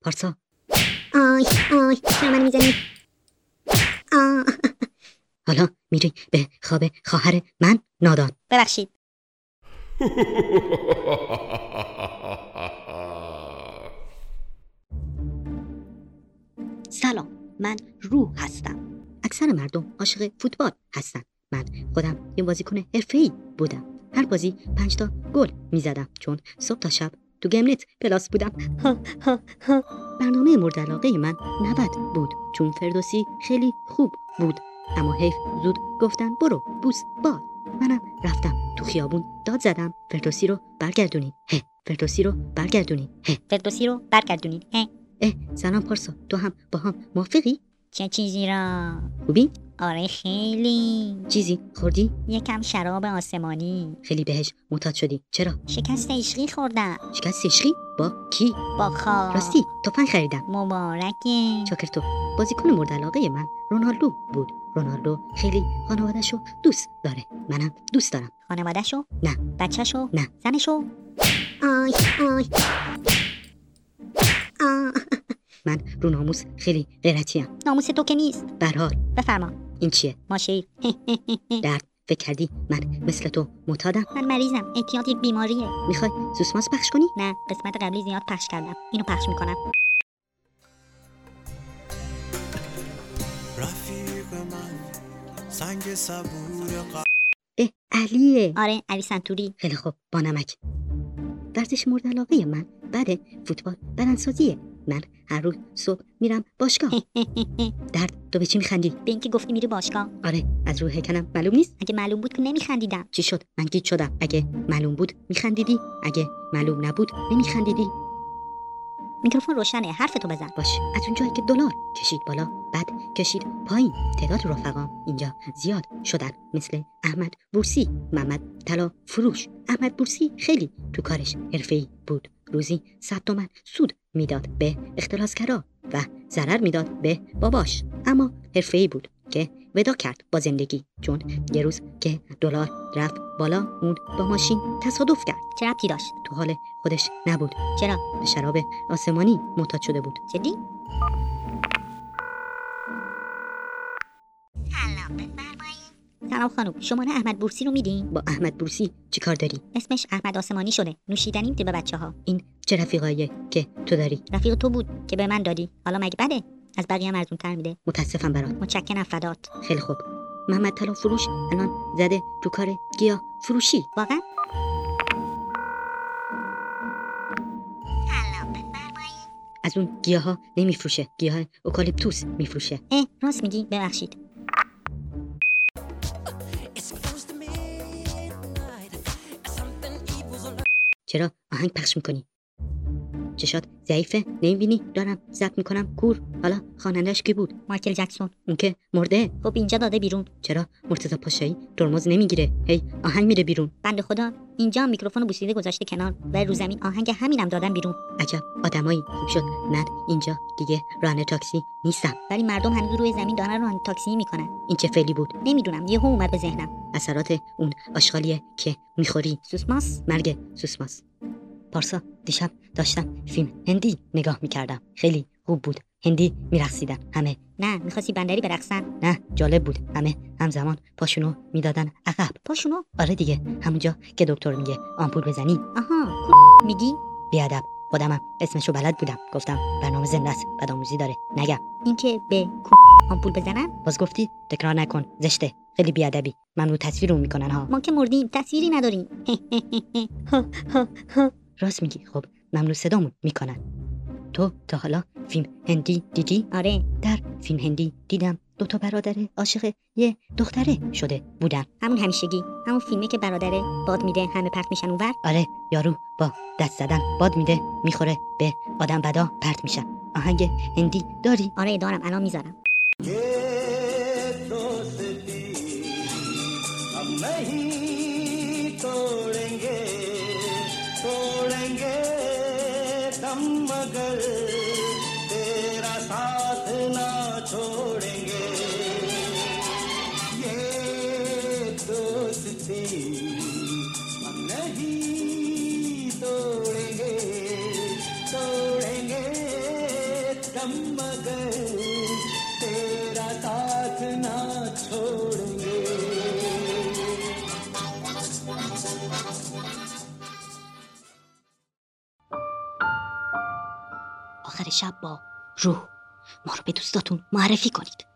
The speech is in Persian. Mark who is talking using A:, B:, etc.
A: 벌써
B: 어이, 어이, 사랑하는 미자님. 어,
A: حالا میری به خواب خواهر من ناداد
B: ببخشید. سلام من روح هستم
A: اکثر مردم عاشق فوتبال هستن من خودم یه بازیکن حرفه‌ای بودم هر بازی پنج تا گل میزدم چون صبح تا شب تو گملت پلاس بودم برنامه مورد علاقه من نبد بود چون فردوسی خیلی خوب بود اما حیف زود گفتن برو بوس بال منم رفتم تو خیابون داد زدم فردوسی رو برگردونین هه فردوسی رو برگردونین هه
B: فردوسی رو برگردونید هه.
A: اه سلام پارسا تو هم با هم موافقی
B: چه چیزی را
A: خوبی
B: آره خیلی
A: چیزی خوردی
B: یکم شراب آسمانی
A: خیلی بهش معتاد شدی چرا
B: شکست عشقی خوردم
A: شکست عشقی با کی
B: با خواب
A: راستی تفنگ خریدم
B: مبارکه
A: چاکر تو بازیکن مورد علاقه من رونالدو بود رونالدو خیلی خانوادهشو دوست داره منم دوست دارم
B: خانوادهشو
A: نه.
B: بچهشو
A: نه.
B: زنشو آی آی آه.
A: من رو ناموس خیلی غیرتیم
B: ناموس تو که نیست
A: برحال
B: بفرما
A: این چیه
B: ما شیر
A: درد فکر کردی من مثل تو معتادم
B: من مریضم اعتیاد یک بیماریه
A: میخوای سوسماس پخش کنی
B: نه قسمت قبلی زیاد پخش کردم اینو پخش میکنم
C: رفیق من سنگ صبور
A: اه علیه
B: آره علی سنتوری
A: خیلی خوب با نمک ورزش مورد علاقه من بعد فوتبال بدنسازیه من هر روز صبح میرم باشگاه درد تو به چی میخندی
B: به اینکه گفتی میری باشگاه
A: آره از روح کنم معلوم نیست
B: اگه معلوم بود که نمیخندیدم
A: چی شد من گیج شدم اگه معلوم بود میخندیدی اگه معلوم نبود نمیخندیدی
B: میکروفون روشنه حرفتو بزن
A: باش از اونجایی که دلار کشید بالا بعد کشید پایین تعداد رفقام اینجا زیاد شدن مثل احمد بورسی محمد طلا فروش احمد بورسی خیلی تو کارش حرفه‌ای بود روزی صد تومن سود میداد به اختلاسگرا و ضرر میداد به باباش اما حرفه‌ای بود که ودا کرد با زندگی چون یه روز که دلار رفت بالا اون با ماشین تصادف کرد
B: چه ربطی داشت
A: تو حال خودش نبود
B: چرا
A: به شراب آسمانی معتاد شده بود
B: جدی سلام بفرمایید سلام خانم شما نه احمد بورسی رو میدین
A: با احمد بورسی چیکار داری
B: اسمش احمد آسمانی شده نوشیدنیم که به بچه ها
A: این چه رفیقاییه که تو داری
B: رفیق تو بود که به من دادی حالا مگه بده از بقیه هم ارزون تر میده
A: متاسفم برات
B: متشکرم فدات
A: خیلی خوب محمد طلا فروش الان زده تو کار گیاه فروشی
B: واقعا
A: از اون گیاه ها نمیفروشه گیاه اوکالیپتوس میفروشه
B: اه راست میگی ببخشید
A: چرا آهنگ پخش میکنی چشات ضعیفه نمیبینی دارم ضبط میکنم کور حالا خوانندهش کی بود
B: مایکل جکسون
A: اون که مرده
B: خب اینجا داده بیرون
A: چرا مرتضی پاشایی ترمز نمیگیره هی آهنگ میره بیرون
B: بند خدا اینجا هم میکروفون بوسیده گذاشته کنار و رو زمین آهنگ همینم دادن بیرون
A: عجب آدمایی خوب شد من اینجا دیگه راننده تاکسی نیستم
B: ولی مردم هنوز روی زمین دارن ران تاکسی میکنن
A: این چه فعلی بود
B: نمیدونم یهو اومد به ذهنم
A: اثرات اون آشغالیه که میخوری
B: سوسماس
A: مرگ سوسماس پارسا دیشب داشتم فیلم هندی نگاه میکردم خیلی خوب بود هندی میرقصیدن همه
B: نه میخواستی بندری برقصن
A: نه جالب بود همه همزمان پاشونو میدادن عقب
B: پاشونو
A: آره دیگه همونجا که دکتر میگه آمپول بزنی
B: آها کو- میگی
A: بیادب خودمم اسمشو بلد بودم گفتم برنامه زنده است بدآموزی داره نگم
B: اینکه به کو آمپول بزنن
A: باز گفتی تکرار نکن زشته خیلی بیادبی ممنوع تصویر اون میکنن ها
B: ما که مردیم تصویری نداریم
A: راست میگی خب ممنوع صدامون میکنن تو تا حالا فیلم هندی دیدی
B: آره
A: در فیلم هندی دیدم دو تا برادر عاشق یه دختره شده بودن
B: همون همیشگی همون فیلمه که برادره باد میده همه پرت میشن اونور
A: آره یارو با دست زدن باد میده میخوره به آدم بدا پرت میشن آهنگ هندی داری
B: آره دارم الان میذارم
C: ये तो सिद्धि हम नहीं तोड़ेंगे तोड़ेंगे दम मगर तेरा साथ ना छोड़ेंगे ये दोस्ती हम नहीं तोड़ेंगे तोड़ेंगे हम मगर तेरा साथ ना छोड़ेंगे
A: آخر شب با روح ما رو به دوستاتون معرفی کنید